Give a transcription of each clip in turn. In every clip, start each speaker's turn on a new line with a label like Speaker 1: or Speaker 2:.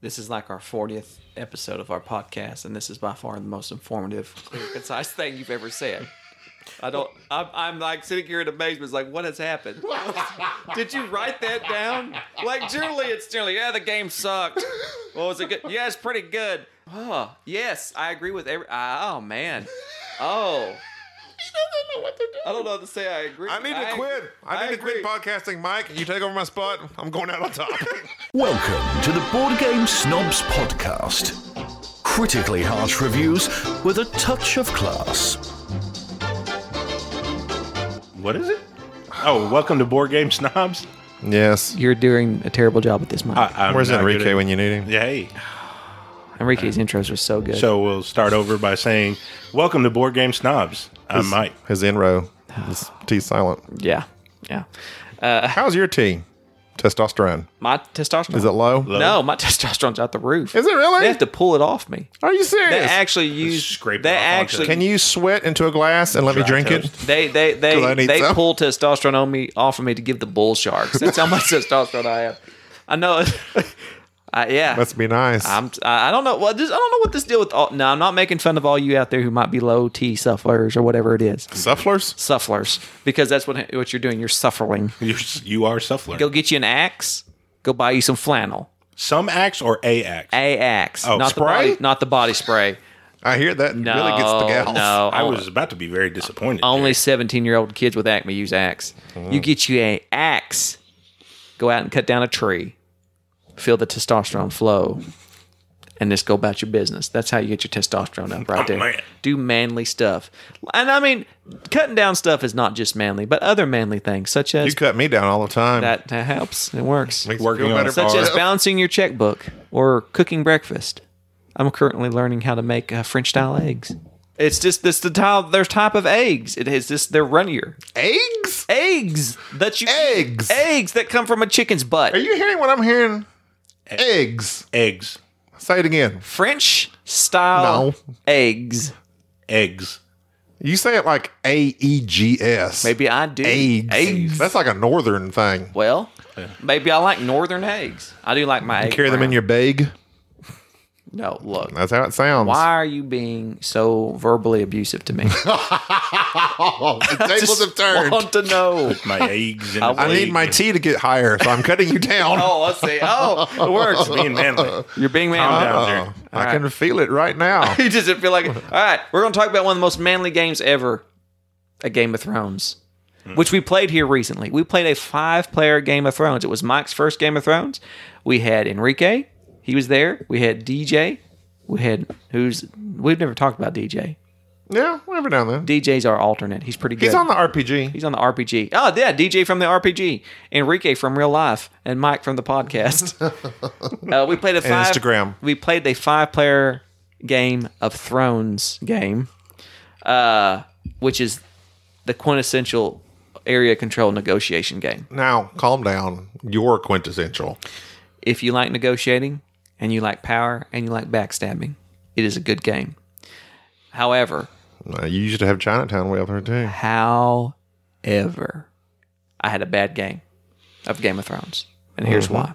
Speaker 1: This is like our 40th episode of our podcast, and this is by far the most informative, clear, concise thing you've ever said. I don't. I'm, I'm like sitting here in amazement. It's like, what has happened? Did you write that down? Like, generally, it's generally, yeah, the game sucked. Well, was it good? Yeah, it's pretty good. Oh, yes, I agree with every. Oh man. Oh,
Speaker 2: doesn't know what to do.
Speaker 1: I don't know how to say. I agree.
Speaker 3: I need to quit. I need to quit podcasting, Mike. You take over my spot. I'm going out on top.
Speaker 4: Welcome to the Board Game Snobs Podcast. Critically harsh reviews with a touch of class.
Speaker 2: What is it? Oh, welcome to Board Game Snobs.
Speaker 3: yes.
Speaker 1: You're doing a terrible job at this, Mike.
Speaker 2: I, I'm
Speaker 3: Where's
Speaker 2: not good
Speaker 3: Enrique
Speaker 2: at-
Speaker 3: when you need him?
Speaker 2: Yeah, Hey.
Speaker 1: Enrique's intros are so good.
Speaker 2: So we'll start over by saying, welcome to Board Game Snobs. I'm Mike.
Speaker 3: His in row. His T silent.
Speaker 1: yeah, yeah.
Speaker 3: How's your T? Testosterone.
Speaker 1: My testosterone
Speaker 3: Is it low?
Speaker 1: No, my testosterone's out the roof.
Speaker 3: Is it really?
Speaker 1: They have to pull it off me.
Speaker 3: Are you
Speaker 1: They
Speaker 3: serious?
Speaker 1: actually use.
Speaker 2: scrape it
Speaker 1: they
Speaker 2: off onto
Speaker 1: actually.
Speaker 2: the-
Speaker 3: Can you sweat into a glass and let me
Speaker 2: Dry
Speaker 3: drink
Speaker 2: toast.
Speaker 3: it?
Speaker 1: They they
Speaker 3: 'Cause
Speaker 1: they
Speaker 3: I need
Speaker 1: they
Speaker 3: some.
Speaker 1: pull testosterone on me off of me to give the bull sharks. That's how much testosterone I have. I know. I, yeah.
Speaker 3: Must be nice.
Speaker 1: I'm. I I don't know. Well, this, I don't know what this deal with. All, no, I'm not making fun of all you out there who might be low T sufflers or whatever it is,
Speaker 3: Sufflers?
Speaker 1: sufflers, because that's what what you're doing. You're suffering.
Speaker 2: You're, you are suffering.
Speaker 1: Go get you an axe. Go buy you some flannel.
Speaker 2: Some axe or a axe?
Speaker 1: A axe.
Speaker 2: Oh,
Speaker 1: not
Speaker 3: spray?
Speaker 1: The body, not the body spray.
Speaker 3: I hear that
Speaker 1: No,
Speaker 3: really gets the gals.
Speaker 1: no.
Speaker 2: I was about to be very disappointed.
Speaker 1: only
Speaker 2: there.
Speaker 1: 17 year old kids with acne use axe.
Speaker 2: Mm-hmm.
Speaker 1: You get you a axe. Go out and cut down a tree. Feel the testosterone flow. And just go about your business. That's how you get your testosterone up right
Speaker 2: Oh,
Speaker 1: there.
Speaker 2: man.
Speaker 1: Do manly stuff. And I mean, cutting down stuff is not just manly, but other manly things, such
Speaker 3: You
Speaker 1: as
Speaker 3: cut me down all the time.
Speaker 1: that, that helps. It works.
Speaker 3: Makes
Speaker 2: Working
Speaker 3: you feel
Speaker 2: on
Speaker 3: better
Speaker 2: it.
Speaker 1: Such
Speaker 3: about
Speaker 1: as
Speaker 3: it.
Speaker 1: balancing your checkbook or cooking breakfast. I'm currently learning how to make uh, French style eggs. It's just this the type their type of eggs. It is just they're runnier
Speaker 3: eggs?
Speaker 1: eggs that you
Speaker 3: Eggs.
Speaker 1: eggs that come from a chicken's butt.
Speaker 3: Are you hearing what I'm hearing? Eggs.
Speaker 2: eggs.
Speaker 3: Say it again.
Speaker 1: French style
Speaker 3: No.
Speaker 1: eggs.
Speaker 2: Eggs.
Speaker 3: You say it like A E G S.
Speaker 1: Maybe I do
Speaker 3: eggs.
Speaker 1: Eggs.
Speaker 3: That's like a northern thing.
Speaker 1: well, maybe I like northern eggs. I do like my egg
Speaker 3: Carry them in
Speaker 1: brown.
Speaker 3: your bag.
Speaker 1: No, look.
Speaker 3: That's how it sounds.
Speaker 1: Why are you being so verbally abusive to me?
Speaker 3: The tables have turned.
Speaker 1: Want to know?
Speaker 2: My eggs. In a
Speaker 3: I need
Speaker 2: bag.
Speaker 3: my tea to get higher, so I'm cutting you down.
Speaker 1: Oh, let's see. Oh, it works.
Speaker 2: Being manly.
Speaker 1: You're being
Speaker 2: Calm
Speaker 1: manly.
Speaker 2: down
Speaker 3: Oh,
Speaker 2: there.
Speaker 3: I can feel it right now.
Speaker 1: He doesn't feel like. All right, we're going to talk about one of the most manly games ever, a Game of Thrones,
Speaker 3: Hmm.
Speaker 1: which we played here recently. We played a five-player Game of Thrones. It was Mike's first Game of Thrones. We had Enrique. He was there. We had DJ. We had who's we've never talked about DJ.
Speaker 3: yeah, every now and then.
Speaker 1: DJ's our alternate. He's pretty good.
Speaker 3: He's on the RPG.
Speaker 1: He's on the RPG. Oh yeah, DJ from the RPG, Enrique from real life, and Mike from the podcast. uh, we played a five,
Speaker 3: Instagram.
Speaker 1: We played a five-player game of Thrones game, uh, which is the quintessential area control negotiation game.
Speaker 3: Now, calm down. You're quintessential.
Speaker 1: If you like negotiating and you like power and you like backstabbing, it is a good game. However,
Speaker 3: Uh, You used to have Chinatown way up there, too.
Speaker 1: However, I had a bad game of Game of Thrones, and here's why.
Speaker 3: Uh-huh.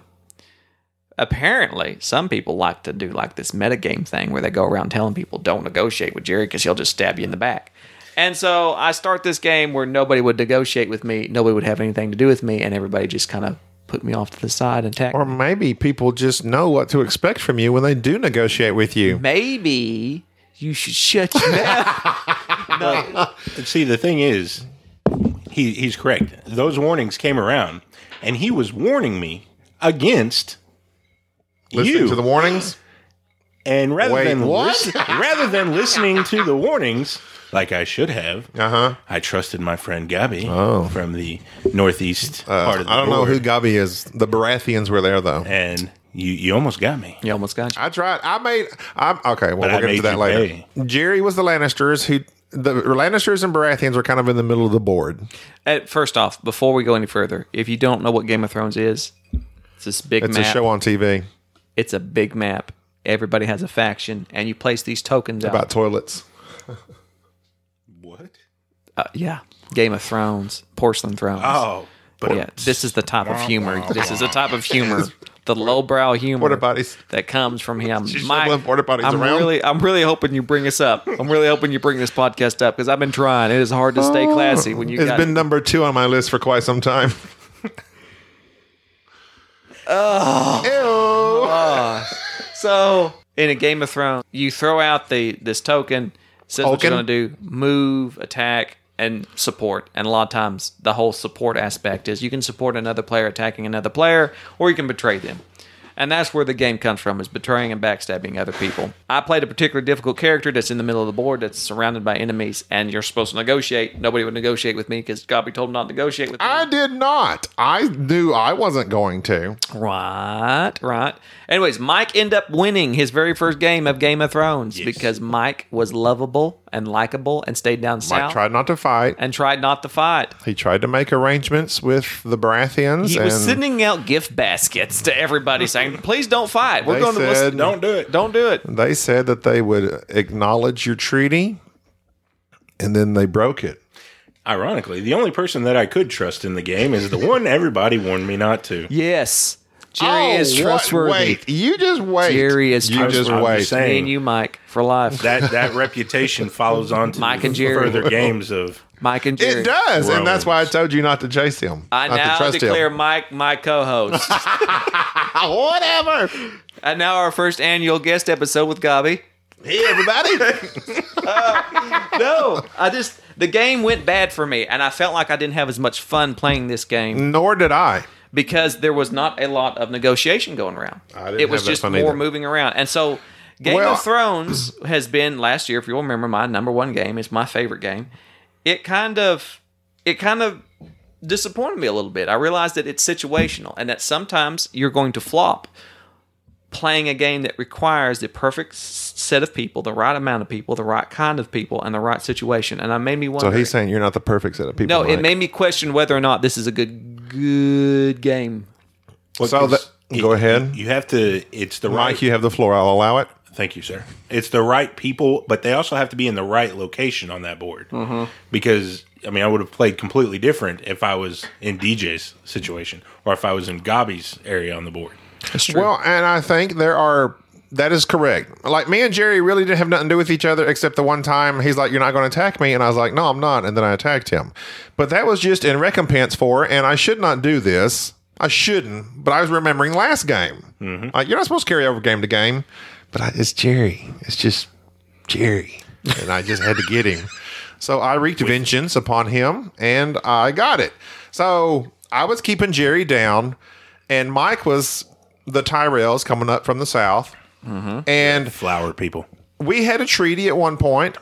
Speaker 1: Apparently, some people like to do like this metagame thing where they go around telling people don't negotiate with Jerry because he'll just stab you in the back. And so I start this game where nobody would negotiate with me, nobody would have anything to do with me, and everybody just kind of put me off to the side and attacked.
Speaker 3: Or
Speaker 1: Or
Speaker 3: maybe people just know what to expect from you when they do negotiate with you.
Speaker 1: maybe you should shut your mouth. no,
Speaker 2: See, the thing is, he he's correct. Those warnings came around, and he was warning me against
Speaker 3: Listen
Speaker 2: you.
Speaker 3: to the warnings.
Speaker 2: and rather
Speaker 3: Wait,
Speaker 2: than
Speaker 3: what?
Speaker 2: listen- rather than listening to the warnings, like I should have,
Speaker 3: Uh-huh.
Speaker 2: I trusted my friend Gabby from the northeast part
Speaker 3: Oh. Uh,
Speaker 2: of the
Speaker 3: I don't know who
Speaker 2: board,
Speaker 3: Gabi is. The Baratheons were there, though.
Speaker 2: and you you almost got me.
Speaker 1: you almost got you.
Speaker 3: I tried. I made. I'm okay. Well,
Speaker 2: I
Speaker 3: we're gonna
Speaker 2: made
Speaker 3: do that
Speaker 2: you
Speaker 3: later.
Speaker 2: pay.
Speaker 3: Jerry was the Lannisters. Who the Lannisters and Baratheons were kind of in the middle of the board.
Speaker 1: Uh, first off, before we go any further, if you don't know what Game of Thrones is, it's this big
Speaker 3: It's
Speaker 1: map.
Speaker 3: a show on TV
Speaker 1: It's a big map. Everybody has a faction, and you place these tokens out.
Speaker 3: about toilets.
Speaker 2: What?
Speaker 1: Uh, yeah, Game of Thrones, porcelain thrones.
Speaker 2: Oh, but
Speaker 1: yeah. This is the type of humor. This is a type of humor the lowbrow humor
Speaker 3: Porta potties.
Speaker 1: that comes from him.
Speaker 3: She's
Speaker 1: Mike,
Speaker 3: shoveling porta potties
Speaker 1: I'm
Speaker 3: around.
Speaker 1: really, I'm really hoping you bring us up. I'm really hoping you bring this podcast up because I've been trying. It is hard to stay classy when you
Speaker 3: It's
Speaker 1: got
Speaker 3: been number two on my list for quite some time. oh.
Speaker 1: So in a Game of Thrones, you throw out the this token, says what you're gonna
Speaker 3: Oaken?
Speaker 1: do, move, attack, and support. And a lot of times the whole support aspect is you can support another player attacking another player, or you can betray them. And that's where the game comes from is betraying and backstabbing other people. I played a particularly difficult character that's in the middle of the board that's surrounded by enemies, and you're supposed to negotiate. Nobody would negotiate with me because Gobby told them not to negotiate with me.
Speaker 3: I did not. I knew I wasn't going to.
Speaker 1: Right, right. Anyways, Mike ended up winning his very first game of Game of Thrones because Mike was lovable and likable and stayed down
Speaker 3: Mike
Speaker 1: south
Speaker 3: tried not to fight.
Speaker 1: and tried not to fight.
Speaker 3: He tried to make arrangements with the Baratheons.
Speaker 1: He
Speaker 3: and
Speaker 1: was sending out gift baskets to everybody saying, "Please don't fight. We're
Speaker 3: They
Speaker 1: going to listen.
Speaker 3: said-
Speaker 2: Don't do it.
Speaker 1: Don't do it."
Speaker 3: They said that they would acknowledge your treaty, and then they broke it.
Speaker 2: Ironically, the only person that I could trust in the game is the one everybody warned me not to.
Speaker 1: Yes, Jerry is
Speaker 3: Oh, what-
Speaker 1: trustworthy.
Speaker 3: Wait, you just wait.
Speaker 1: Jerry is
Speaker 3: you just
Speaker 2: I'm just
Speaker 3: wait.
Speaker 2: saying.
Speaker 1: Me and you, Mike, for life.
Speaker 2: That that reputation follows on to
Speaker 1: Mike and Jerry.
Speaker 2: further games of
Speaker 1: Mike and Jerry.
Speaker 3: It does, and that's
Speaker 2: Rollins.
Speaker 3: why I told you not to chase him.
Speaker 1: I
Speaker 3: not to
Speaker 1: now
Speaker 3: trust
Speaker 1: declare
Speaker 3: him. Ah,
Speaker 1: Mike my co-host.
Speaker 3: Whatever.
Speaker 1: and now our first annual guest episode with Gobby.
Speaker 3: Hey, everybody.
Speaker 1: no, I just the game went bad for me, and I felt like I didn't have as much fun playing this game
Speaker 3: Nor did I.
Speaker 1: because there was not a lot of negotiation going around.
Speaker 3: I didn't
Speaker 1: it was
Speaker 3: have that
Speaker 1: just
Speaker 3: fun
Speaker 1: more
Speaker 3: either.
Speaker 1: moving around, and so Game
Speaker 3: Well-
Speaker 1: of Thrones has been last year. If you'll remember, my number one game is my favorite game. It kind of, it kind of disappointed me a little bit. I realized that it's situational, and that sometimes you're going to flop playing a game that requires the perfect s- set of people, the right amount of people, the right kind of people, and the right situation. And I made me
Speaker 3: So
Speaker 1: wonder.
Speaker 3: he's saying you're not the perfect set of people.
Speaker 1: no, it
Speaker 3: Mike.
Speaker 1: made me question whether or not this is a good good game.
Speaker 3: So that, go ahead,
Speaker 2: You have to. It's the right.
Speaker 3: Mike. You have the floor. I'll allow it.
Speaker 2: Thank you, sir. It's the right people, but they also have to be in the right location on that board. Because I mean, I would have played completely different if I was in DJ's situation or if I was in Gobby's area on the board.
Speaker 3: Well, and I think there are. That is correct. Like me and Jerry really didn't have nothing to do with each other, except the one time he's like, "You're not going to attack me," and I was like, "No, I'm not," and then I attacked him. But that was just in recompense for, and I should not do this. I shouldn't, but I was remembering last game. Like you're not supposed to carry over game to game, but I, it's Jerry. It's just Jerry, and I just had to get him. So I wreaked vengeance upon him, and I got it. So I was keeping Jerry down, and Mike was the Tyrells coming up from the south,
Speaker 1: Mm-hmm.
Speaker 3: and
Speaker 2: Flower people.
Speaker 3: we had a treaty at one point,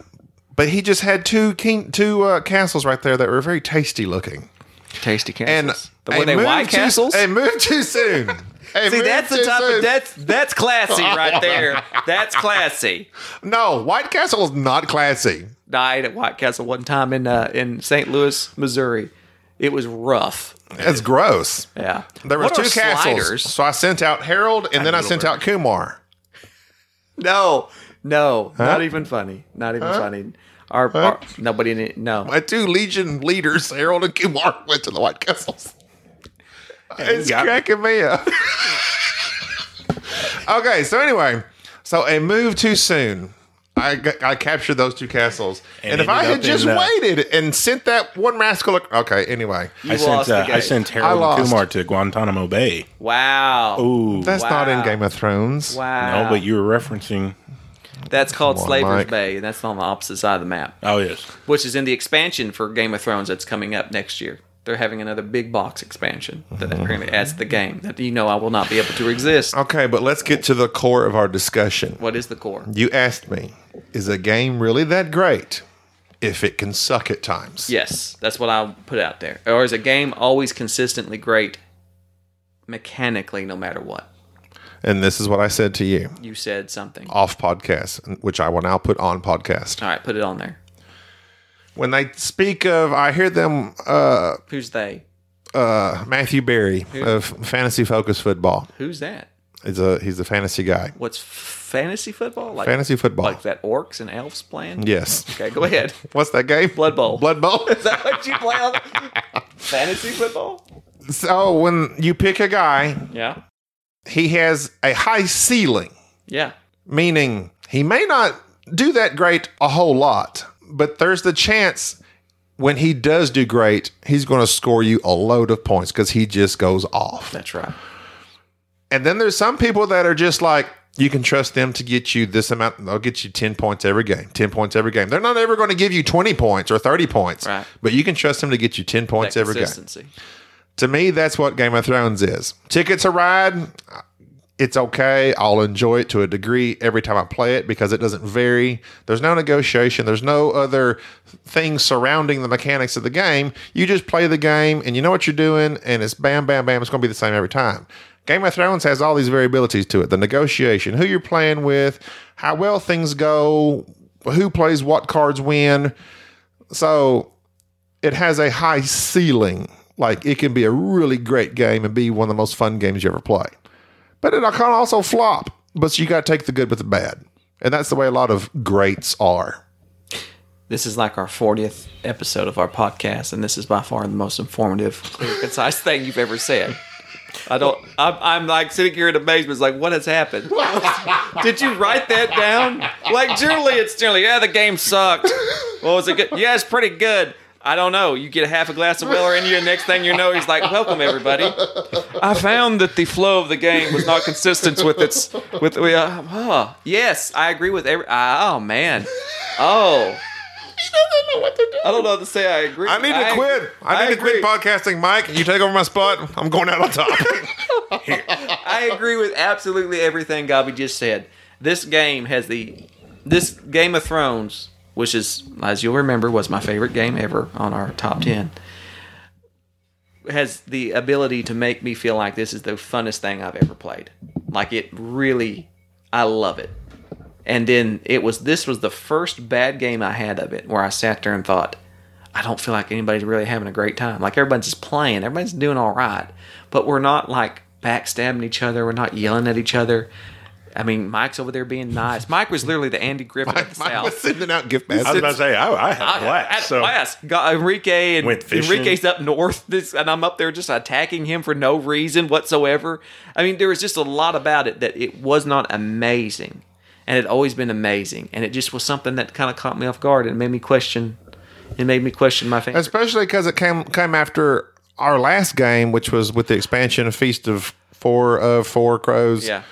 Speaker 3: but he just had two king, two uh, castles right there that were very tasty looking,
Speaker 1: Tasty
Speaker 3: and
Speaker 1: castles.
Speaker 3: a
Speaker 1: were they
Speaker 3: move
Speaker 1: White
Speaker 3: too-
Speaker 1: castles?
Speaker 3: A move too soon. A
Speaker 1: See,
Speaker 3: move
Speaker 1: that's the
Speaker 3: too
Speaker 1: type
Speaker 3: soon.
Speaker 1: of that's that's classy right there. That's classy.
Speaker 3: No, White Castle is not classy.
Speaker 1: I ate at White Castle one time in uh, in St. Louis, Missouri. It was rough.
Speaker 3: That's gross.
Speaker 1: Yeah,
Speaker 3: There was
Speaker 1: What
Speaker 3: two
Speaker 1: are
Speaker 3: castles,
Speaker 1: sliders?
Speaker 3: so I sent out Harold, and then I sent out Kumar.
Speaker 1: No, no, not even funny. Not even funny. Our, our- nobody in it. No,
Speaker 3: My two legion leaders, Harold and Kumar, went to the White Castles. It's
Speaker 2: got me.
Speaker 3: cracking me up. okay, so anyway, so a move too soon. I, got- I captured those two castles, and,
Speaker 2: And
Speaker 3: if I
Speaker 2: ended
Speaker 3: had
Speaker 2: up
Speaker 3: just
Speaker 2: in, uh,
Speaker 3: waited and sent that one rascal, ac- okay. Anyway,
Speaker 1: You
Speaker 2: I
Speaker 1: lost the
Speaker 2: sent uh, I
Speaker 1: game.
Speaker 2: sent
Speaker 3: I
Speaker 2: Harold
Speaker 3: lost.
Speaker 2: and Kumar to Guantanamo Bay.
Speaker 1: wow,
Speaker 2: Ooh,
Speaker 3: that's not in
Speaker 1: Wow.
Speaker 3: Game of Thrones.
Speaker 1: wow.
Speaker 2: no, but you were referencing.
Speaker 1: that's called
Speaker 3: Come on,
Speaker 1: Slaver's
Speaker 3: Mike.
Speaker 1: Bay, and that's on the opposite side of the map,
Speaker 2: Oh yes,
Speaker 1: which is in the expansion for Game of Thrones that's coming up next year. They're having another big box expansion that
Speaker 3: Mm-hmm.
Speaker 1: apparently adds to the game that you know I will not be able to resist.
Speaker 3: Okay, but let's get to the core of our discussion.
Speaker 1: What is the core?
Speaker 3: You asked me, is a game really that great if it can suck at times?
Speaker 1: Yes, that's what I put out there. Or is a game always consistently great mechanically, no matter what?
Speaker 3: And this is what I said to you
Speaker 1: You said something. All
Speaker 3: off podcast, which I will now put on podcast.
Speaker 1: right, put it on there.
Speaker 3: When they speak of, I hear them, uh,
Speaker 1: Who's they?
Speaker 3: uh, Matthew Berry of Fantasy Focus Football.
Speaker 1: Who's that?
Speaker 3: He's a, he's a fantasy guy.
Speaker 1: What's f- fantasy football? Like
Speaker 3: Fantasy football.
Speaker 1: like that orcs and elves playing?
Speaker 3: Yes.
Speaker 1: Okay, go ahead.
Speaker 3: What's that game?
Speaker 1: Blood Bowl.
Speaker 3: Blood Bowl.
Speaker 1: Is that what you play on fantasy football?
Speaker 3: so when you pick a guy
Speaker 1: Yeah.
Speaker 3: he has a high ceiling,
Speaker 1: Yeah.
Speaker 3: meaning he may not do that great a whole lot, but there's the chance when he does do great, he's going to score you a load of points because he just goes off.
Speaker 1: That's right.
Speaker 3: And then there's some people that are just like, you can trust them to get you this amount. They'll get you 10 points every game, 10 points every game. They're not ever going to give you 20 points or 30 points,
Speaker 1: Right.
Speaker 3: but you can trust them to get you 10 points every game.
Speaker 1: Consistency.
Speaker 3: To me, that's what Game of Thrones is. Tickets a ride. It's okay. I'll enjoy it to a degree every time I play it because it doesn't vary. There's no negotiation. There's no other things surrounding the mechanics of the game. You just play the game and you know what you're doing, and it's bam, bam, bam. It's going to be the same every time. Game of Thrones has all these variabilities to it the negotiation, who you're playing with, how well things go, who plays what cards when. So it has a high ceiling. Like it can be a really great game and be one of the most fun games you ever play. But it can also flop. But you got to take the good with the bad, and that's the way a lot of greats are.
Speaker 1: This is like our 40th episode of our podcast, and this is by far the most informative, clear, concise thing you've ever said. I don't. I'm, I'm like sitting here in amazement. It's like, what has happened? Did you write that down? Like, generally, it's generally, yeah, the game sucked. Well, was it good? Yeah, it's pretty good. I don't know. You get a half a glass of Weller in you, and next thing you know, he's like, "Welcome, everybody." I found that the flow of the game was not consistent with its with. Uh, huh. Yes, I agree with every. oh man. Oh. I don't know what to say. I agree.
Speaker 3: I need to quit. I need to
Speaker 1: agree.
Speaker 3: quit podcasting, Mike. You take over my spot. I'm going out on top.
Speaker 1: I agree with absolutely everything Gobby just said. This game has the this Game of Thrones, which is as you'll remember was my favorite game ever on our top 10. Has the ability to make me feel like this is the funnest thing I've ever played. Like it really I love it. And then it was this was the first bad game I had of it where I sat there and thought, I don't feel like anybody's really having a great time. Like everybody's just playing, everybody's doing all right, but we're not like backstabbing each other. We're not yelling at each other. I mean, Mike's over there being nice. Mike was literally the Andy Griffin of the
Speaker 3: Mike
Speaker 1: South.
Speaker 3: was sending out gift
Speaker 2: I was
Speaker 3: baskets.
Speaker 2: about to say I, I had a
Speaker 1: I, I,
Speaker 2: blast. So
Speaker 1: class. Got Enrique and
Speaker 2: Went fishing.
Speaker 1: Enrique's up north, this, and I'm up there just attacking him for no reason whatsoever. I mean, there was just a lot about it that it was not amazing, and it always been amazing, and it just was something that kind of caught me off guard and made me question. It made me question my favorite.
Speaker 3: Especially because it came came after our last game, which was with the expansion of Feast of Four of Four Crows.
Speaker 1: Yeah.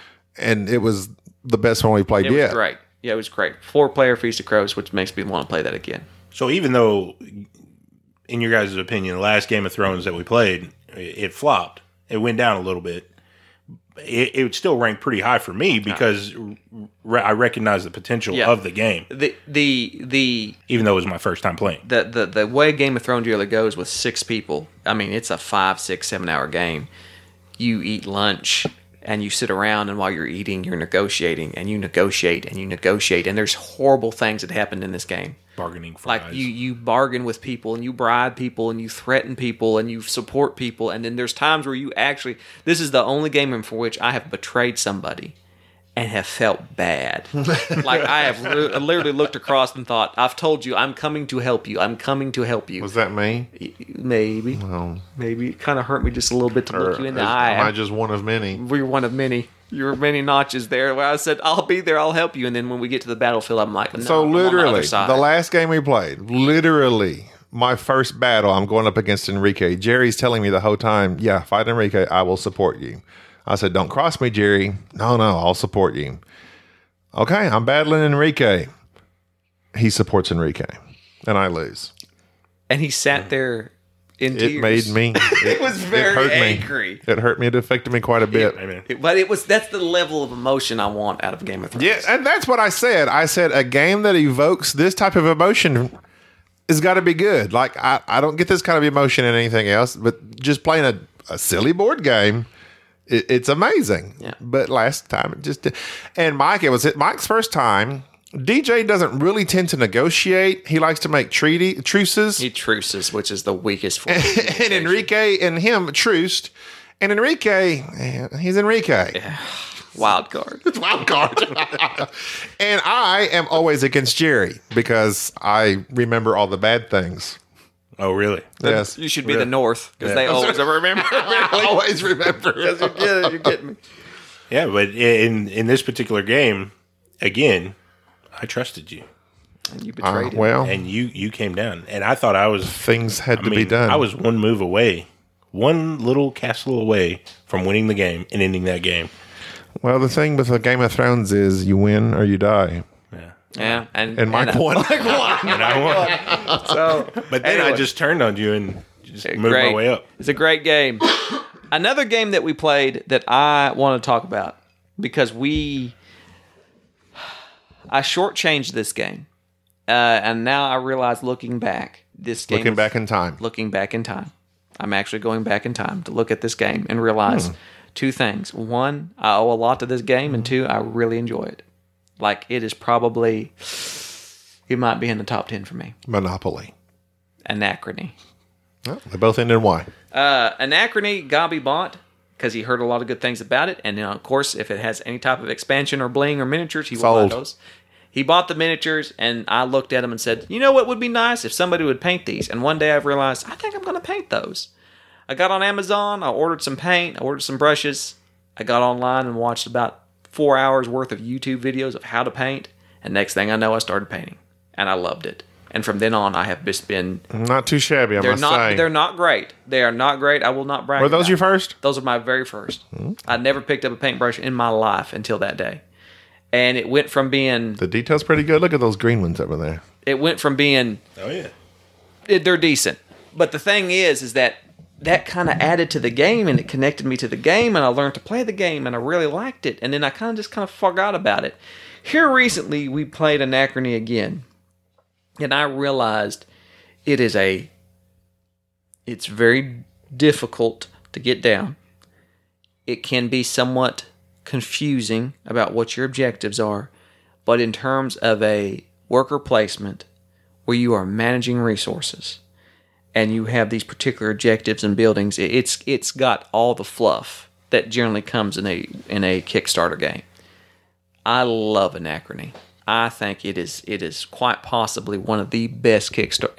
Speaker 3: and it was the best one we played
Speaker 1: It
Speaker 3: yet.
Speaker 1: was great. Yeah, it was great. Four player Feast of Crows, which makes me want to play that again.
Speaker 2: So even though, in your guys' opinion, the last Game of Thrones that we played, it it flopped. It went down a little bit. It, it would still rank pretty high for me because re- I recognize the potential
Speaker 1: Yeah.
Speaker 2: of the game,
Speaker 1: The the the
Speaker 2: even though it was my first time playing.
Speaker 1: the, the the way Game of Thrones really goes with six people. I mean, it's a five, six, seven hour game. You eat lunch and you sit around, and while you're eating, you're negotiating and you negotiate and you negotiate. And there's horrible things that happened in this game.
Speaker 2: Bargaining for
Speaker 1: Like
Speaker 2: guys.
Speaker 1: you you bargain with people and you bribe people and you threaten people and you support people. And then there's times where you actually. This is the only game in for which I have betrayed somebody. And have felt bad. like I have li- literally looked across and thought, "I've told you, I'm coming to help you. I'm coming to help you."
Speaker 3: Was that me?
Speaker 1: Maybe. Maybe it kind of hurt me just a little bit to look you in the eye.
Speaker 3: am I just one of many?
Speaker 1: we were one of many. You were many notches there where I said, I'll be there, I'll help you. And then when we get to the battlefield, I'm like, no,
Speaker 3: So
Speaker 1: I'm on the other
Speaker 3: literally, the,
Speaker 1: side.
Speaker 3: last game we played, literally my first battle, I'm going up against Enrique. Jerry's telling me the whole time, "Yeah, fight Enrique. I will support you." I said, "Don't cross me, Jerry." No, no, I'll support you. Okay, I'm battling Enrique. He supports Enrique, and I lose.
Speaker 1: and he sat there in
Speaker 3: Mm. It
Speaker 1: tears.
Speaker 3: made me. It,
Speaker 1: It was very
Speaker 3: hurt me.
Speaker 1: angry.
Speaker 3: It hurt me. It affected me quite a bit.
Speaker 2: I mean,
Speaker 1: It- But it was that's the level of emotion I want out of Game of Thrones.
Speaker 3: Yeah, and that's what I said. I said a game that evokes this type of emotion has got to be good. Like I, I don't get this kind of emotion in anything else, but just playing a, a silly board game, it, it's amazing.
Speaker 1: Yeah.
Speaker 3: But last time it just and Mike, it was Mike's first time. DJ doesn't really tend to negotiate. He likes to make treaty truces
Speaker 1: He truces, which is the weakest form. of
Speaker 3: and
Speaker 1: communication.
Speaker 3: Enrique and him truced. And Enrique, eh, he's Enrique.
Speaker 1: Wild card.
Speaker 3: wild card. and I am always against Jerry because I remember all the bad things.
Speaker 2: oh really?
Speaker 3: Yes.
Speaker 1: You should be the North because they always remember.
Speaker 3: I always remember.
Speaker 1: you're, kidding, you're kidding me.
Speaker 2: Yeah, but in in this particular game, again, I trusted you,
Speaker 1: And you betrayed
Speaker 3: Uh,
Speaker 1: him.
Speaker 3: well,
Speaker 2: and you you came down, and I thought I was.
Speaker 3: things had
Speaker 2: I
Speaker 3: to
Speaker 2: mean,
Speaker 3: be done.
Speaker 2: I was one move away, one little castle away from winning the game and ending that game.
Speaker 3: well, the thing with the Game of Thrones is you win or you die.
Speaker 2: Yeah.
Speaker 1: Yeah, and
Speaker 3: And Mike
Speaker 1: and, uh,
Speaker 3: won.
Speaker 2: And I won.
Speaker 1: So,
Speaker 2: But then I
Speaker 1: Anyway.
Speaker 2: just turned on you and just moved
Speaker 1: great.
Speaker 2: my way up.
Speaker 1: It's a great game. Another game that we played that I want to talk about because we, I shortchanged this game, uh, and now I realize looking back, this game
Speaker 3: Looking
Speaker 1: is-
Speaker 3: back in time.
Speaker 1: looking back in time. I'm actually going back in time to look at this game and realize two things. One, I owe a lot to this game, and two, I really enjoy it. Like it is probably, it might be in the top ten for me.
Speaker 3: Monopoly.
Speaker 1: Anachrony.
Speaker 3: Oh, they both end in Y.
Speaker 1: Uh, Anachrony Gabi bought because he heard a lot of good things about it, and then, of course, if it has any type of expansion or bling or miniatures, he will
Speaker 3: Sold.
Speaker 1: buy those. He bought the miniatures, and I looked at him and said, "You know what would be nice if somebody would paint these." And one day I've realized I think I'm going to paint those. I got on Amazon, I ordered some paint, I ordered some brushes, I got online and watched about four hours worth of YouTube videos of how to paint, and next thing I know, I started painting, and I loved it. And from then on, I have just been
Speaker 3: Not too shabby, I
Speaker 1: they're
Speaker 3: must
Speaker 1: not.
Speaker 3: say.
Speaker 1: They're not great. They are not great. I will not brag.
Speaker 3: Were those
Speaker 1: about
Speaker 3: your Hmm.
Speaker 1: it.
Speaker 3: first?
Speaker 1: Those are my very 1st I never picked up a paintbrush in my life until that day, and it went from being
Speaker 3: The detail's pretty good. Look at those green ones over there.
Speaker 1: it went from being
Speaker 2: Oh yeah.
Speaker 1: it- they're decent. But the thing is, is that that kind of added to the game and it connected me to the game and I learned to play the game and I really liked it. And then I kind of just kind of forgot about it. Here recently, we played Anachrony again, and I realized it is a it's very difficult to get down. It can be somewhat confusing about what your objectives are, but in terms of a worker placement, where you are managing resources and you have these particular objectives and buildings it- it's it's got all the fluff that generally comes in a in a kickstarter game i love anachrony i think it is it is quite possibly one of the best kickstarter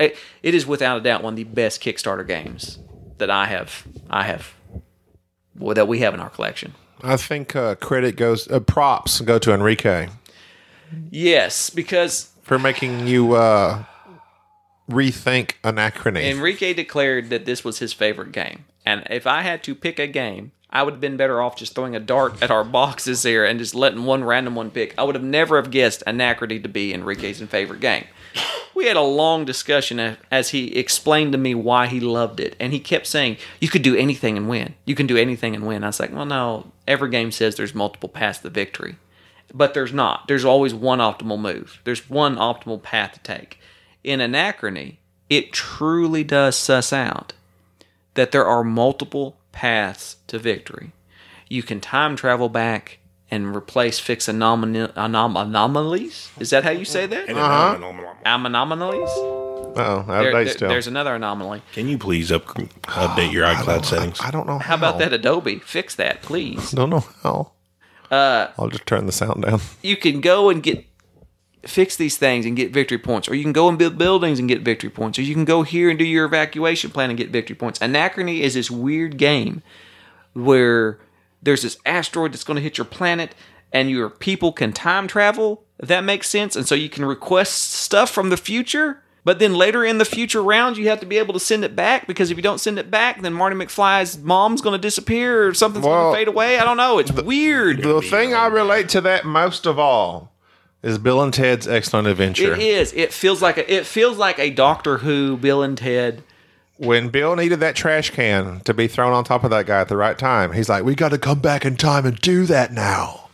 Speaker 1: it is without a doubt one of the best kickstarter games that i have i have well, that we have in our collection
Speaker 3: I think uh, credit goes, uh, props go to Enrique
Speaker 1: yes because
Speaker 3: for making you uh, rethink anachrony.
Speaker 1: Enrique declared that this was his favorite game. And if I had to pick a game, I would have been better off just throwing a dart at our boxes here and just letting one random one pick. I would have never have guessed Anacrony to be Enrique's favorite game. We had a long discussion a- as he explained to me why he loved it. And he kept saying, You could do anything and win. You can do anything and win. I was like, Well, no, every game says there's multiple paths to victory but there's not. There's always one optimal move. There's one optimal path to take. In anachrony, it truly does suss out that there are multiple paths to victory. You can time travel back and replace fix anomali- anom- anomalies. Is that how you say that? Am- anomalies?
Speaker 3: Uh-oh, out
Speaker 1: There-
Speaker 3: of date
Speaker 1: there-
Speaker 3: still.
Speaker 1: there's another anomaly.
Speaker 2: Can you please up, update your iCloud settings?
Speaker 3: I don't know
Speaker 1: How about that Adobe? Fix that, please.
Speaker 3: Don't know how.
Speaker 1: Uh,
Speaker 3: I'll just turn the sound down.
Speaker 1: you can go and get fix these things and get victory points or you can go and build buildings and get victory points or you can go here and do your evacuation plan and get victory points anachrony is this weird game where there's this asteroid that's going to hit your planet and your people can time travel if that makes sense and so you can request stuff from the future but then later in the future round you have to be able to send it back because if you don't send it back then marty mcfly's mom's going to disappear or something's
Speaker 3: Well,
Speaker 1: going to fade away i don't know it's weird
Speaker 3: The thing I relate to that most of all is Bill and Ted's Excellent Adventure.
Speaker 1: It is. It feels like a, it feels like a Doctor Who, Bill and Ted.
Speaker 3: when Bill needed that trash can to be thrown on top of that guy at the right time, he's like, "We got to come back in time and do that now."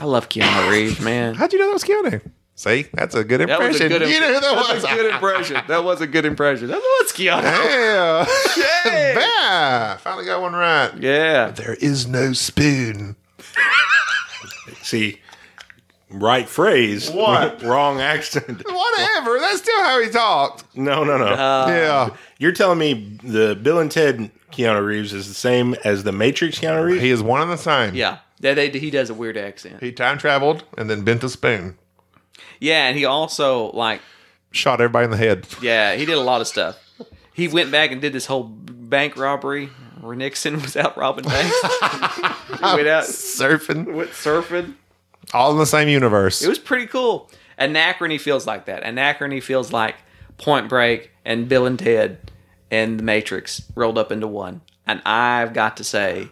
Speaker 1: I love Keanu Reeves, man.
Speaker 3: How'd you know that was Keanu? See, that's a good
Speaker 1: That
Speaker 3: impression.
Speaker 1: was a good
Speaker 3: you know who that
Speaker 1: that
Speaker 3: was.
Speaker 1: was a good impression. That was a good impression. That was Keanu.
Speaker 3: Yeah,
Speaker 1: Yay!
Speaker 3: yeah. Finally got one right.
Speaker 1: Yeah.
Speaker 3: There is no spoon.
Speaker 2: See, right phrase,
Speaker 3: What?
Speaker 2: wrong accent.
Speaker 3: Whatever. That's still how he talked.
Speaker 2: No, no, no.
Speaker 3: Uh,
Speaker 1: Uh,
Speaker 3: yeah,
Speaker 2: You're telling me the Bill and Ted Keanu Reeves is the same as the Matrix Keanu Reeves?
Speaker 3: he is one and the same.
Speaker 1: Yeah. That they, he does a weird accent.
Speaker 3: he time traveled and then bent a spoon,
Speaker 1: Yeah, and he also like
Speaker 3: shot everybody in the head.
Speaker 1: yeah, he did a lot of stuff. He went back and did this whole bank robbery. Where Nixon was out robbing banks. He went out,
Speaker 3: Surfing.
Speaker 1: went surfing.
Speaker 3: All in the same universe.
Speaker 1: It was pretty cool. Anachrony feels like that. Anachrony feels like Point Break and Bill and Ted and The Matrix rolled up into one. And I've got to say,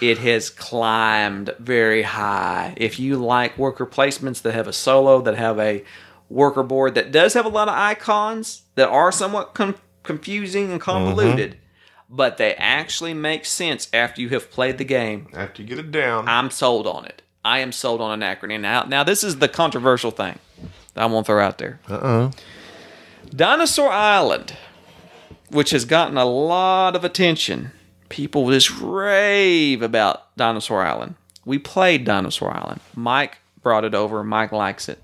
Speaker 1: it has climbed very high. If you like worker placements that have a solo, that have a worker board that does have a lot of icons that are somewhat com- confusing and convoluted, but they actually make sense after you have played the game
Speaker 3: After you get it down.
Speaker 1: I'm sold on it. I am sold on Anachrony. Now, now this is the controversial thing that I want to throw out there. Uh oh. Dinosaur Island, which has gotten a lot of attention. People just rave about Dinosaur Island. We played Dinosaur Island. Mike brought it over. Mike likes it.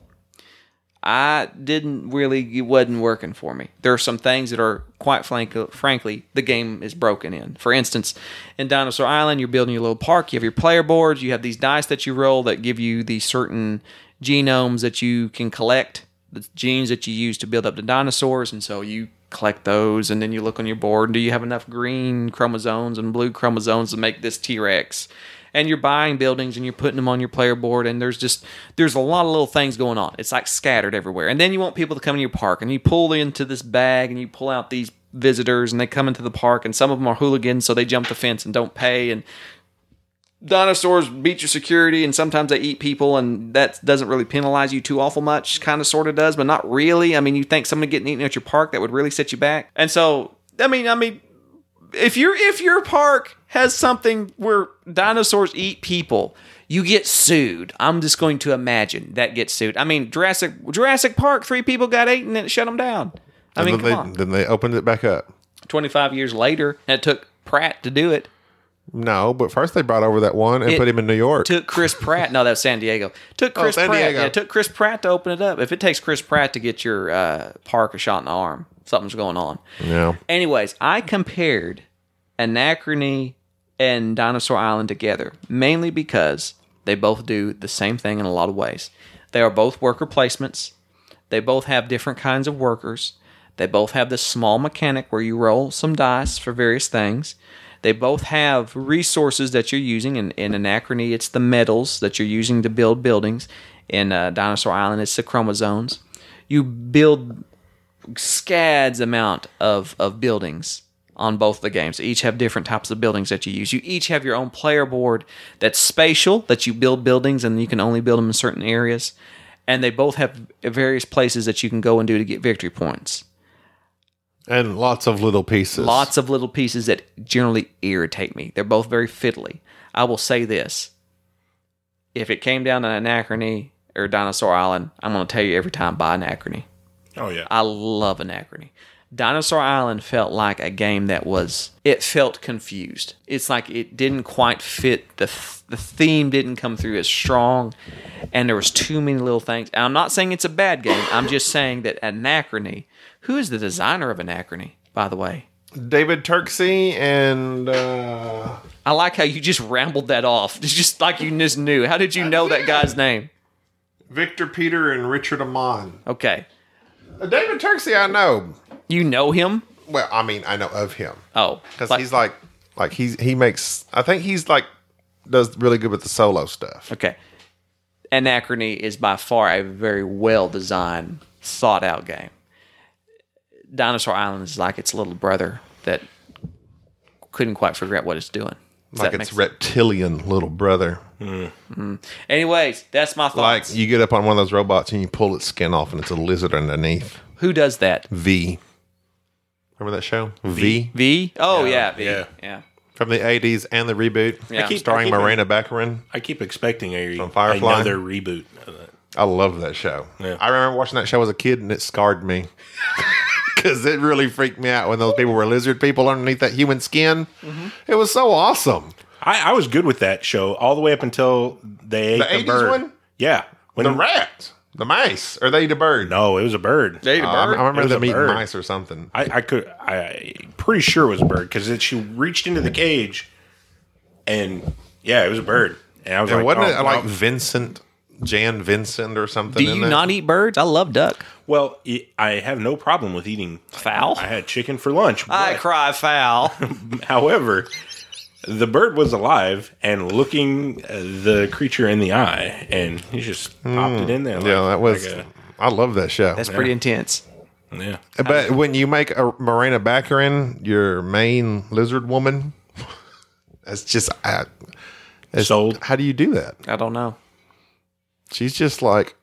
Speaker 1: I didn't really, it wasn't working for me. There are some things that are quite frank, frankly, the game is broken in. For instance, in Dinosaur Island, you're building your little park, you have your player boards, you have these dice that you roll that give you the certain genomes that you can collect, the genes that you use to build up the dinosaurs. And so you collect those, and then you look on your board, and do you have enough green chromosomes and blue chromosomes to make this T Rex? and you're buying buildings and you're putting them on your player board and there's just there's a lot of little things going on it's like scattered everywhere and then you want people to come to your park and you pull into this bag and you pull out these visitors and they come into the park and some of them are hooligans so they jump the fence and don't pay and dinosaurs beat your security and sometimes they eat people and that doesn't really penalize you too awful much kind of sort of does but not really i mean you think someone getting eaten at your park that would really set you back and so i mean i mean if your if your park has something where dinosaurs eat people, you get sued. I'm just going to imagine that gets sued. I mean, Jurassic Jurassic Park, three people got eaten and it shut them down. I mean,
Speaker 3: then,
Speaker 1: come
Speaker 3: they,
Speaker 1: on.
Speaker 3: then they opened it back up.
Speaker 1: 25 years later, and it took Pratt to do it.
Speaker 3: No, but first they brought over that one and
Speaker 1: It
Speaker 3: put him in New York.
Speaker 1: Took Chris Pratt. No, that was San Diego. Took Chris
Speaker 3: Oh, San
Speaker 1: Pratt.
Speaker 3: Diego.
Speaker 1: Yeah, it took Chris Pratt to open it up. If it takes Chris Pratt to get your uh, park a shot in the arm, something's going on.
Speaker 3: yeah.
Speaker 1: Anyways, I compared Anachrony and Dinosaur Island together, mainly because they both do the same thing in a lot of ways. They are both worker placements. They both have different kinds of workers. They both have this small mechanic where you roll some dice for various things. They both have resources that you're using. In, in Anachrony, it's the metals that you're using to build buildings. In uh, Dinosaur Island, it's the chromosomes. You build scads amount of of buildings on both the games. Each have different types of buildings that you use. You each have your own player board that's spatial that you build buildings and you can only build them in certain areas. And they both have various places that you can go and do to get victory points.
Speaker 3: And lots of little pieces.
Speaker 1: Lots of little pieces that generally irritate me. They're both very fiddly. I will say this. If it came down to Anachrony or Dinosaur Island, I'm going to tell you every time buy Anachrony.
Speaker 2: Oh yeah.
Speaker 1: I love Anachrony. Dinosaur Island felt like a game that was it felt confused. It's like it didn't quite fit the th- the theme didn't come through as strong and there was too many little things. And I'm not saying it's a bad game. I'm just saying that Anachrony, who is the designer of Anachrony, by the way?
Speaker 3: David Turksey and uh,
Speaker 1: I like how you just rambled that off. It's just like you just knew. How did you know that guy's name?
Speaker 3: Victor Peter and Richard Amon.
Speaker 1: Okay.
Speaker 3: Uh, David Turksey, I know.
Speaker 1: You know him?
Speaker 3: Well, I mean, I know of him
Speaker 1: Oh.
Speaker 3: because
Speaker 1: like-
Speaker 3: he's like, like he's he makes. I think he's like does really good with the solo stuff.
Speaker 1: Okay. Anachrony is by far a very well designed, thought out game. Dinosaur Island is like its little brother that couldn't quite figure out what it's doing. Does
Speaker 3: like
Speaker 1: that
Speaker 3: it's
Speaker 1: make sense?
Speaker 3: reptilian little brother.
Speaker 1: Anyways, that's my
Speaker 3: Like
Speaker 1: thoughts.
Speaker 3: you get up on one of those robots and you pull its skin off and it's a lizard underneath.
Speaker 1: Who does that?
Speaker 3: V. Remember that show? V,
Speaker 1: V? Oh yeah, V.
Speaker 2: yeah.
Speaker 1: Yeah. yeah.
Speaker 3: from the eighties and the reboot.
Speaker 1: Yeah. I keep-
Speaker 3: starring
Speaker 2: I keep-
Speaker 3: Marina Baccarin.
Speaker 2: I keep expecting a
Speaker 3: Firefly?
Speaker 2: another reboot. Of that.
Speaker 3: I love that show.
Speaker 2: Yeah.
Speaker 3: I remember watching that show as a kid and it scarred me. Because it really freaked me out when those people were lizard people underneath that human skin.
Speaker 1: Mm-hmm.
Speaker 3: It was so awesome.
Speaker 2: I, I was good with that show all the way up until they ate
Speaker 3: The
Speaker 2: the,
Speaker 3: 80s
Speaker 2: bird.
Speaker 3: one?
Speaker 2: Yeah, when
Speaker 3: The rat, the mice, or they the bird?
Speaker 2: No, it was a bird.
Speaker 3: Uh, I, I
Speaker 2: It
Speaker 3: remember
Speaker 2: was
Speaker 3: them
Speaker 2: a
Speaker 3: eating
Speaker 2: bird.
Speaker 3: mice or something.
Speaker 2: I, I could. I pretty sure it was a bird because she reached into the cage, and yeah, it was a bird. And I was
Speaker 3: And
Speaker 2: like,
Speaker 3: wasn't
Speaker 2: oh,
Speaker 3: it like
Speaker 2: well,
Speaker 3: Vincent, Jan Vincent or something?
Speaker 1: Do
Speaker 3: in
Speaker 1: you
Speaker 3: it?
Speaker 1: not eat birds? I love duck.
Speaker 2: Well, it, I have no problem with eating.
Speaker 1: Foul?
Speaker 2: I had chicken for lunch.
Speaker 1: I
Speaker 2: but-
Speaker 1: cry foul.
Speaker 2: However, the bird was alive and looking uh, the creature in the eye, and he just popped it in there. like-
Speaker 3: Mm. Yeah, that was.
Speaker 2: like
Speaker 3: I
Speaker 2: a-
Speaker 3: love that show.
Speaker 1: That's pretty intense.
Speaker 2: yeah.
Speaker 3: But when you make a Morena Baccarin your main lizard woman, that's just I, it's-
Speaker 2: Sold.
Speaker 3: How do you do that?
Speaker 1: I don't know.
Speaker 3: She's just like,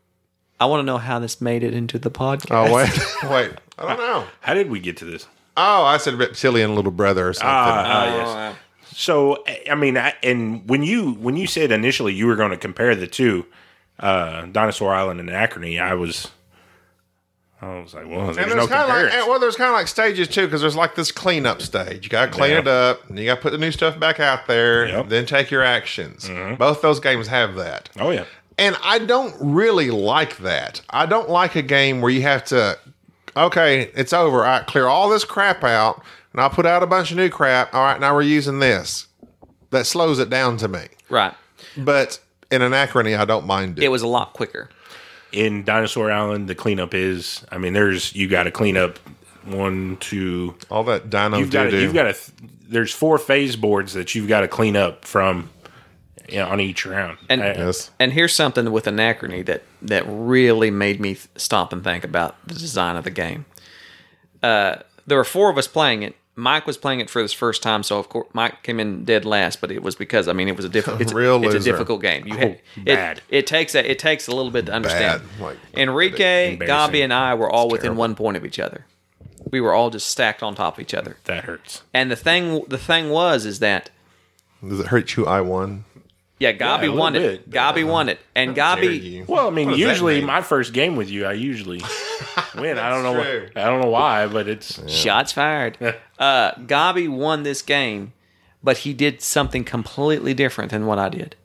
Speaker 1: I want to know how this made it into the podcast.
Speaker 3: oh wait, wait, I don't know.
Speaker 2: How did we get to this?
Speaker 3: Oh, I said reptilian little brother or something.
Speaker 2: Ah, ah, yes. So eh, I- I mean, I, and when you when you said initially you were going to compare the two, uh, Dinosaur Island and Acrony, I was, I was like, well,
Speaker 3: and
Speaker 2: there's
Speaker 3: there's
Speaker 2: no
Speaker 3: kind of like, and,
Speaker 2: comparison.
Speaker 3: well, there's kind of like stages too, because there's like this cleanup stage. You got to clean
Speaker 2: Yeah.
Speaker 3: it up, and you got to put the new stuff back out there,
Speaker 2: Yep. Mm-hmm.
Speaker 3: then take your actions. Both those games have that.
Speaker 2: Oh yeah,
Speaker 3: And I don't really like that. I don't like a game where you have to, okay, it's over. I clear all this crap out and I put out a bunch of new crap. All right, now we're using this. That slows it down to me.
Speaker 1: Right.
Speaker 3: But in anachrony, I don't mind it.
Speaker 1: It was a lot quicker.
Speaker 2: in Dinosaur Island, the cleanup is. I mean, there's you got to clean up one, two,
Speaker 3: all that dino
Speaker 2: you've got
Speaker 3: doo
Speaker 2: to, you've
Speaker 3: doo.
Speaker 2: got to there's four phase boards that you've got to clean up from you know, on each round
Speaker 1: And-
Speaker 2: I-
Speaker 3: Yes.
Speaker 1: And here's something with Anachrony that that really made me th- stop and think about the design of the game. Uh, there were four of us playing it. Mike was playing it for his first time, so of course Mike came in dead last. But it was because I mean it was a difficult, it's,
Speaker 3: Real
Speaker 1: it's a
Speaker 3: loser.
Speaker 1: difficult game. You had,
Speaker 2: Oh,
Speaker 1: it,
Speaker 2: bad.
Speaker 1: it takes a, it takes a little bit to understand.
Speaker 3: Bad, like,
Speaker 1: Enrique,
Speaker 2: embarrassing.
Speaker 1: Gabi, and I were all within one point of each other. We were all just stacked on top of each other.
Speaker 2: that hurts
Speaker 1: And the thing the thing was is that
Speaker 3: Does it hurt you? I won.
Speaker 1: yeah, Gabi
Speaker 2: Yeah, a little
Speaker 1: won it.
Speaker 2: bit.
Speaker 1: Gabi won it, and
Speaker 3: Dare
Speaker 1: Gabi
Speaker 3: you.
Speaker 2: well i mean
Speaker 3: What does that
Speaker 2: usually
Speaker 3: mean?
Speaker 2: my first game with you i usually win i don't know
Speaker 3: true.
Speaker 2: what, i don't know why but it's
Speaker 1: Shots fired. uh, Gabi won this game, but he did something completely different than what I did.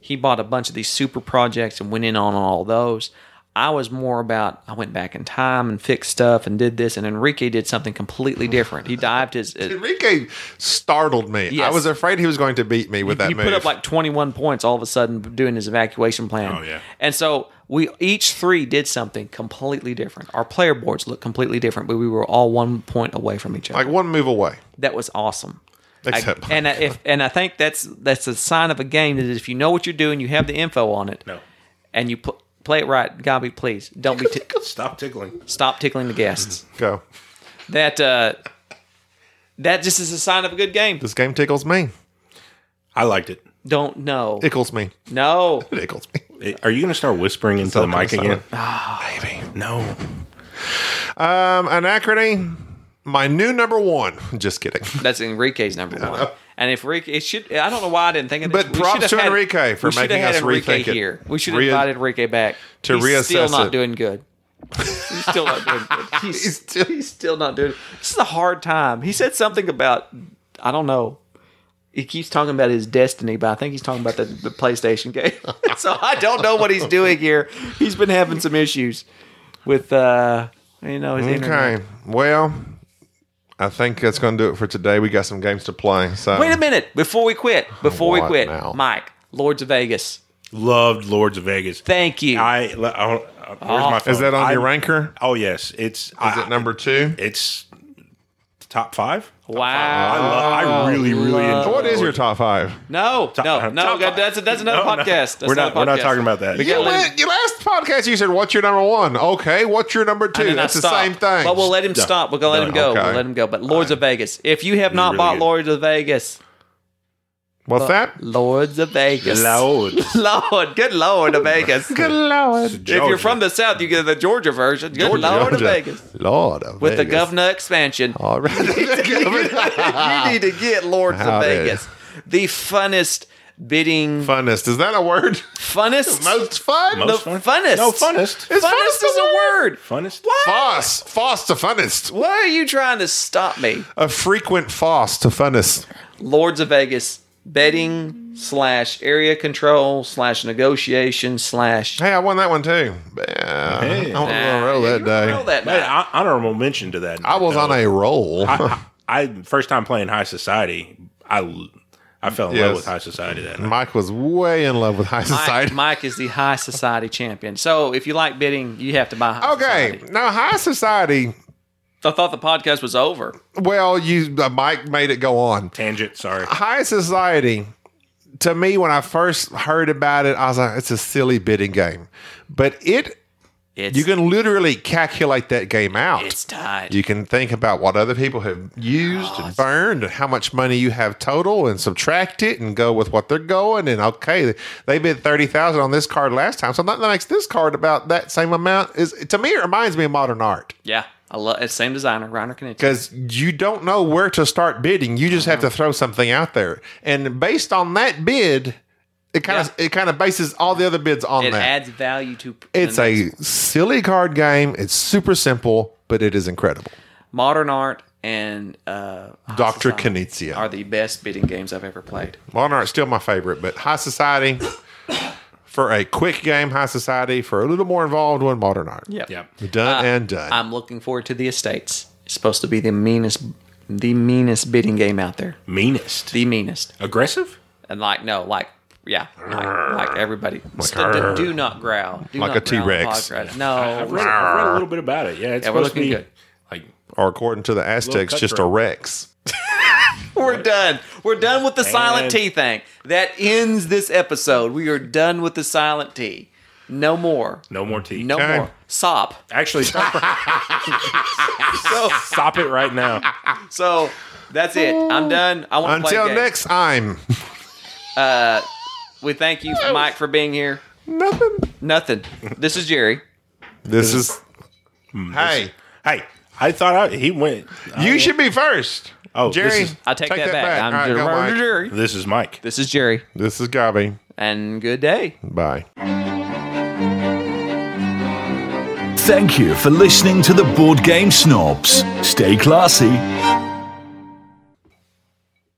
Speaker 1: He bought a bunch of these super projects and went in on all those. I was more about I went back in time and fixed stuff and did this, and Enrique did something completely different. He dived his.
Speaker 3: Enrique startled me. I
Speaker 1: Yes.
Speaker 3: was afraid he was going to beat me with that
Speaker 1: he
Speaker 3: move.
Speaker 1: put up like 21 points all of a sudden doing his evacuation plan.
Speaker 2: Oh, yeah.
Speaker 1: And so we each three did something completely different. Our player boards looked completely different, but we were all one point away from each other.
Speaker 3: Like one move away.
Speaker 1: that was awesome. I-
Speaker 3: Except-
Speaker 1: and I, if and I think that's that's a sign of a game that if you know what you're doing, you have the info on it,
Speaker 2: no
Speaker 1: and you pl- play it right. Gabi, please don't be t-
Speaker 2: stop tickling
Speaker 1: stop tickling the guests.
Speaker 3: Go.
Speaker 1: That uh, that just is a sign of a good game.
Speaker 3: This game tickles me.
Speaker 2: i liked it,
Speaker 1: Don't know.
Speaker 3: Tickles me.
Speaker 1: No,
Speaker 3: It tickles me.
Speaker 2: It- are you going to start whispering into
Speaker 3: all
Speaker 2: the mic
Speaker 3: kinda
Speaker 2: again maybe no
Speaker 3: Um, Anachrony, my new number one. Just kidding.
Speaker 1: that's Enrique's number one. And if Rick, it should. I don't know why I didn't think of this.
Speaker 3: But
Speaker 1: We
Speaker 3: props
Speaker 1: should have
Speaker 3: to
Speaker 1: had-
Speaker 3: Enrique for
Speaker 1: we should have
Speaker 3: making
Speaker 1: had
Speaker 3: us
Speaker 1: Enrique
Speaker 3: rethink it.
Speaker 1: here. We should have
Speaker 3: Re-
Speaker 1: invited Enrique back
Speaker 3: to
Speaker 1: He's Still
Speaker 3: reassess
Speaker 1: not
Speaker 3: it.
Speaker 1: doing good. He's still not doing good. He's,
Speaker 3: He's
Speaker 1: still,
Speaker 3: still-
Speaker 1: he's still not doing. This is a hard time. He said something about I don't know. He keeps talking about his destiny, but I think he's talking about the, the PlayStation game. so I don't know what he's doing here. He's been having some issues with uh, you know his internet.
Speaker 3: Okay. Well, I think that's going to do it for today. We got some games to play. So
Speaker 1: Wait a minute before we quit. Before we
Speaker 3: What
Speaker 1: quit,
Speaker 3: now?
Speaker 1: Mike, Lords of Vegas.
Speaker 2: loved lords of vegas
Speaker 1: Thank you.
Speaker 2: i, I don't- uh, where's my phone?
Speaker 3: Is that on
Speaker 2: I-
Speaker 3: your ranker?
Speaker 2: oh yes it's is
Speaker 3: Is it number two?
Speaker 2: it's top five I,
Speaker 1: wow.
Speaker 2: lo- I really really enjoyed
Speaker 3: Oh. What is your top five?
Speaker 1: No, no,
Speaker 2: Top-
Speaker 1: no.
Speaker 2: top
Speaker 1: that-
Speaker 2: five.
Speaker 1: That's that's another
Speaker 2: No, no.
Speaker 1: podcast. That's
Speaker 2: we're not.
Speaker 1: another
Speaker 2: We're not
Speaker 1: podcast.
Speaker 2: talking about that.
Speaker 1: Yeah,
Speaker 3: You
Speaker 1: let-
Speaker 3: went, your last podcast, you said, What's your number one? Okay. What's your number two?
Speaker 1: And then I
Speaker 3: That's the
Speaker 1: stop.
Speaker 3: same thing.
Speaker 1: But we'll let him stop. We're gonna let him go.
Speaker 3: Okay.
Speaker 1: We'll let him go. But Lords of Vegas. If you have not
Speaker 2: really
Speaker 1: bought
Speaker 2: good.
Speaker 1: Lords of Vegas,
Speaker 3: What's that?
Speaker 1: Lords of Vegas.
Speaker 2: Loud.
Speaker 1: Lord, good Lord of Vegas.
Speaker 3: Good Lord.
Speaker 1: If you're from the South, you get the Georgia version. Good Lord of Vegas.
Speaker 3: Lord of
Speaker 1: With the
Speaker 3: Vegas. Oh.
Speaker 1: governor expansion.
Speaker 3: All right.
Speaker 1: you need to get Lords
Speaker 3: How
Speaker 1: of
Speaker 3: did-
Speaker 1: Vegas. The funnest bidding
Speaker 3: Funnest. Is that a word?
Speaker 1: funnest
Speaker 3: Most fun?
Speaker 1: the
Speaker 2: Most fun?
Speaker 1: funnest.
Speaker 2: No, funnest.
Speaker 1: Funnest,
Speaker 3: Is funnest
Speaker 1: is
Speaker 3: a
Speaker 1: a word.
Speaker 3: word?
Speaker 2: Funnest.
Speaker 1: What?
Speaker 3: Foss. Foss to funnest.
Speaker 1: Why are you trying to stop me?
Speaker 3: A frequent foss to funnest.
Speaker 1: Lords of Vegas betting slash area control slash negotiation slash.
Speaker 3: Hey, I won that one too. Yeah, I was on a roll
Speaker 1: Yeah,
Speaker 3: that
Speaker 1: you were on
Speaker 3: day.
Speaker 1: a roll that
Speaker 2: Man,
Speaker 1: night.
Speaker 2: hon- honorable mention to that.
Speaker 3: I was on a roll.
Speaker 2: I, I- I- first time playing High Society. I I fell in love
Speaker 3: Yes.
Speaker 2: with high society that night.
Speaker 3: Mike was way in love with high
Speaker 1: Mike,
Speaker 3: society.
Speaker 1: Mike is the high society champion. So if you like bidding, you have to buy. High
Speaker 3: okay,
Speaker 1: Society.
Speaker 3: now high society.
Speaker 1: I thought the podcast was over.
Speaker 3: Well, you uh, Mike made it go on.
Speaker 2: Tangent, sorry.
Speaker 3: High society. To me, when I first heard about it, I was like, "It's a silly bidding game," but it
Speaker 1: It's
Speaker 3: you can literally calculate that game out.
Speaker 1: it's tied.
Speaker 3: You can think about what other people have used and burned and how much money you have total and subtract it and go with what they're going. And okay, they bid 30000 on this card last time. So that makes this card about that same amount. Is To me, it reminds me of modern art
Speaker 1: yeah, I love it's same designer, Reiner Knudsen.
Speaker 3: because you don't know where to start bidding. You just have
Speaker 1: Uh-huh.
Speaker 3: to throw something out there. And based on that bid, it kind of it kind of bases all the other bids on
Speaker 1: It
Speaker 3: that.
Speaker 1: adds value to. the
Speaker 3: it's
Speaker 1: next
Speaker 3: a silly card game. It's super simple, but it is incredible.
Speaker 1: modern art and uh, High
Speaker 3: Dr.
Speaker 1: Society
Speaker 3: Canizia.
Speaker 1: are the best bidding games I've ever played.
Speaker 3: Modern Art's still my favorite, but High Society for a quick game, High Society for a little more involved one, Modern Art.
Speaker 2: Yep.
Speaker 3: Done and done.
Speaker 1: Uh, I'm looking forward to the estates. It's supposed to be the meanest, the meanest bidding game out there.
Speaker 2: Meanest.
Speaker 1: The meanest.
Speaker 2: Aggressive?
Speaker 1: And like no, like yeah, like, like everybody. St-
Speaker 3: "Arr."
Speaker 1: do, do not growl. Do
Speaker 3: Like
Speaker 1: not
Speaker 3: a
Speaker 1: growl on
Speaker 3: T-Rex.
Speaker 1: podcast.
Speaker 2: I've
Speaker 1: No,
Speaker 2: read, I've read a little bit about it. Yeah, it's
Speaker 1: Yeah, we're
Speaker 2: supposed to
Speaker 1: looking
Speaker 2: be
Speaker 1: good.
Speaker 2: like
Speaker 3: or according to the Aztecs, just a
Speaker 2: cutthroat.
Speaker 3: Rex.
Speaker 1: we're done. We're done with the silent T thing. That ends this episode. We are done with the silent T. No more.
Speaker 2: no more tea.
Speaker 1: No
Speaker 3: Okay.
Speaker 1: more. Sop.
Speaker 2: Actually, stop, stop it right now.
Speaker 1: So that's it. I'm done. I want to play
Speaker 3: Until
Speaker 1: a game.
Speaker 3: next time.
Speaker 1: We thank you, Mike, for being here.
Speaker 3: Nothing.
Speaker 1: Nothing. This is Jerry.
Speaker 3: This is. hmm, Hey,
Speaker 2: Hey, I thought I, he went.
Speaker 3: you should be first.
Speaker 2: Oh, this
Speaker 3: Jerry,
Speaker 2: is-
Speaker 1: I'll take, that, back. I'm
Speaker 3: All right, go, Mike.
Speaker 1: Jerry.
Speaker 2: This is Mike.
Speaker 1: This is Jerry.
Speaker 3: This is Gabi.
Speaker 1: And good day.
Speaker 3: Bye.
Speaker 4: Thank you for listening to the Board Game Snobs. Stay classy.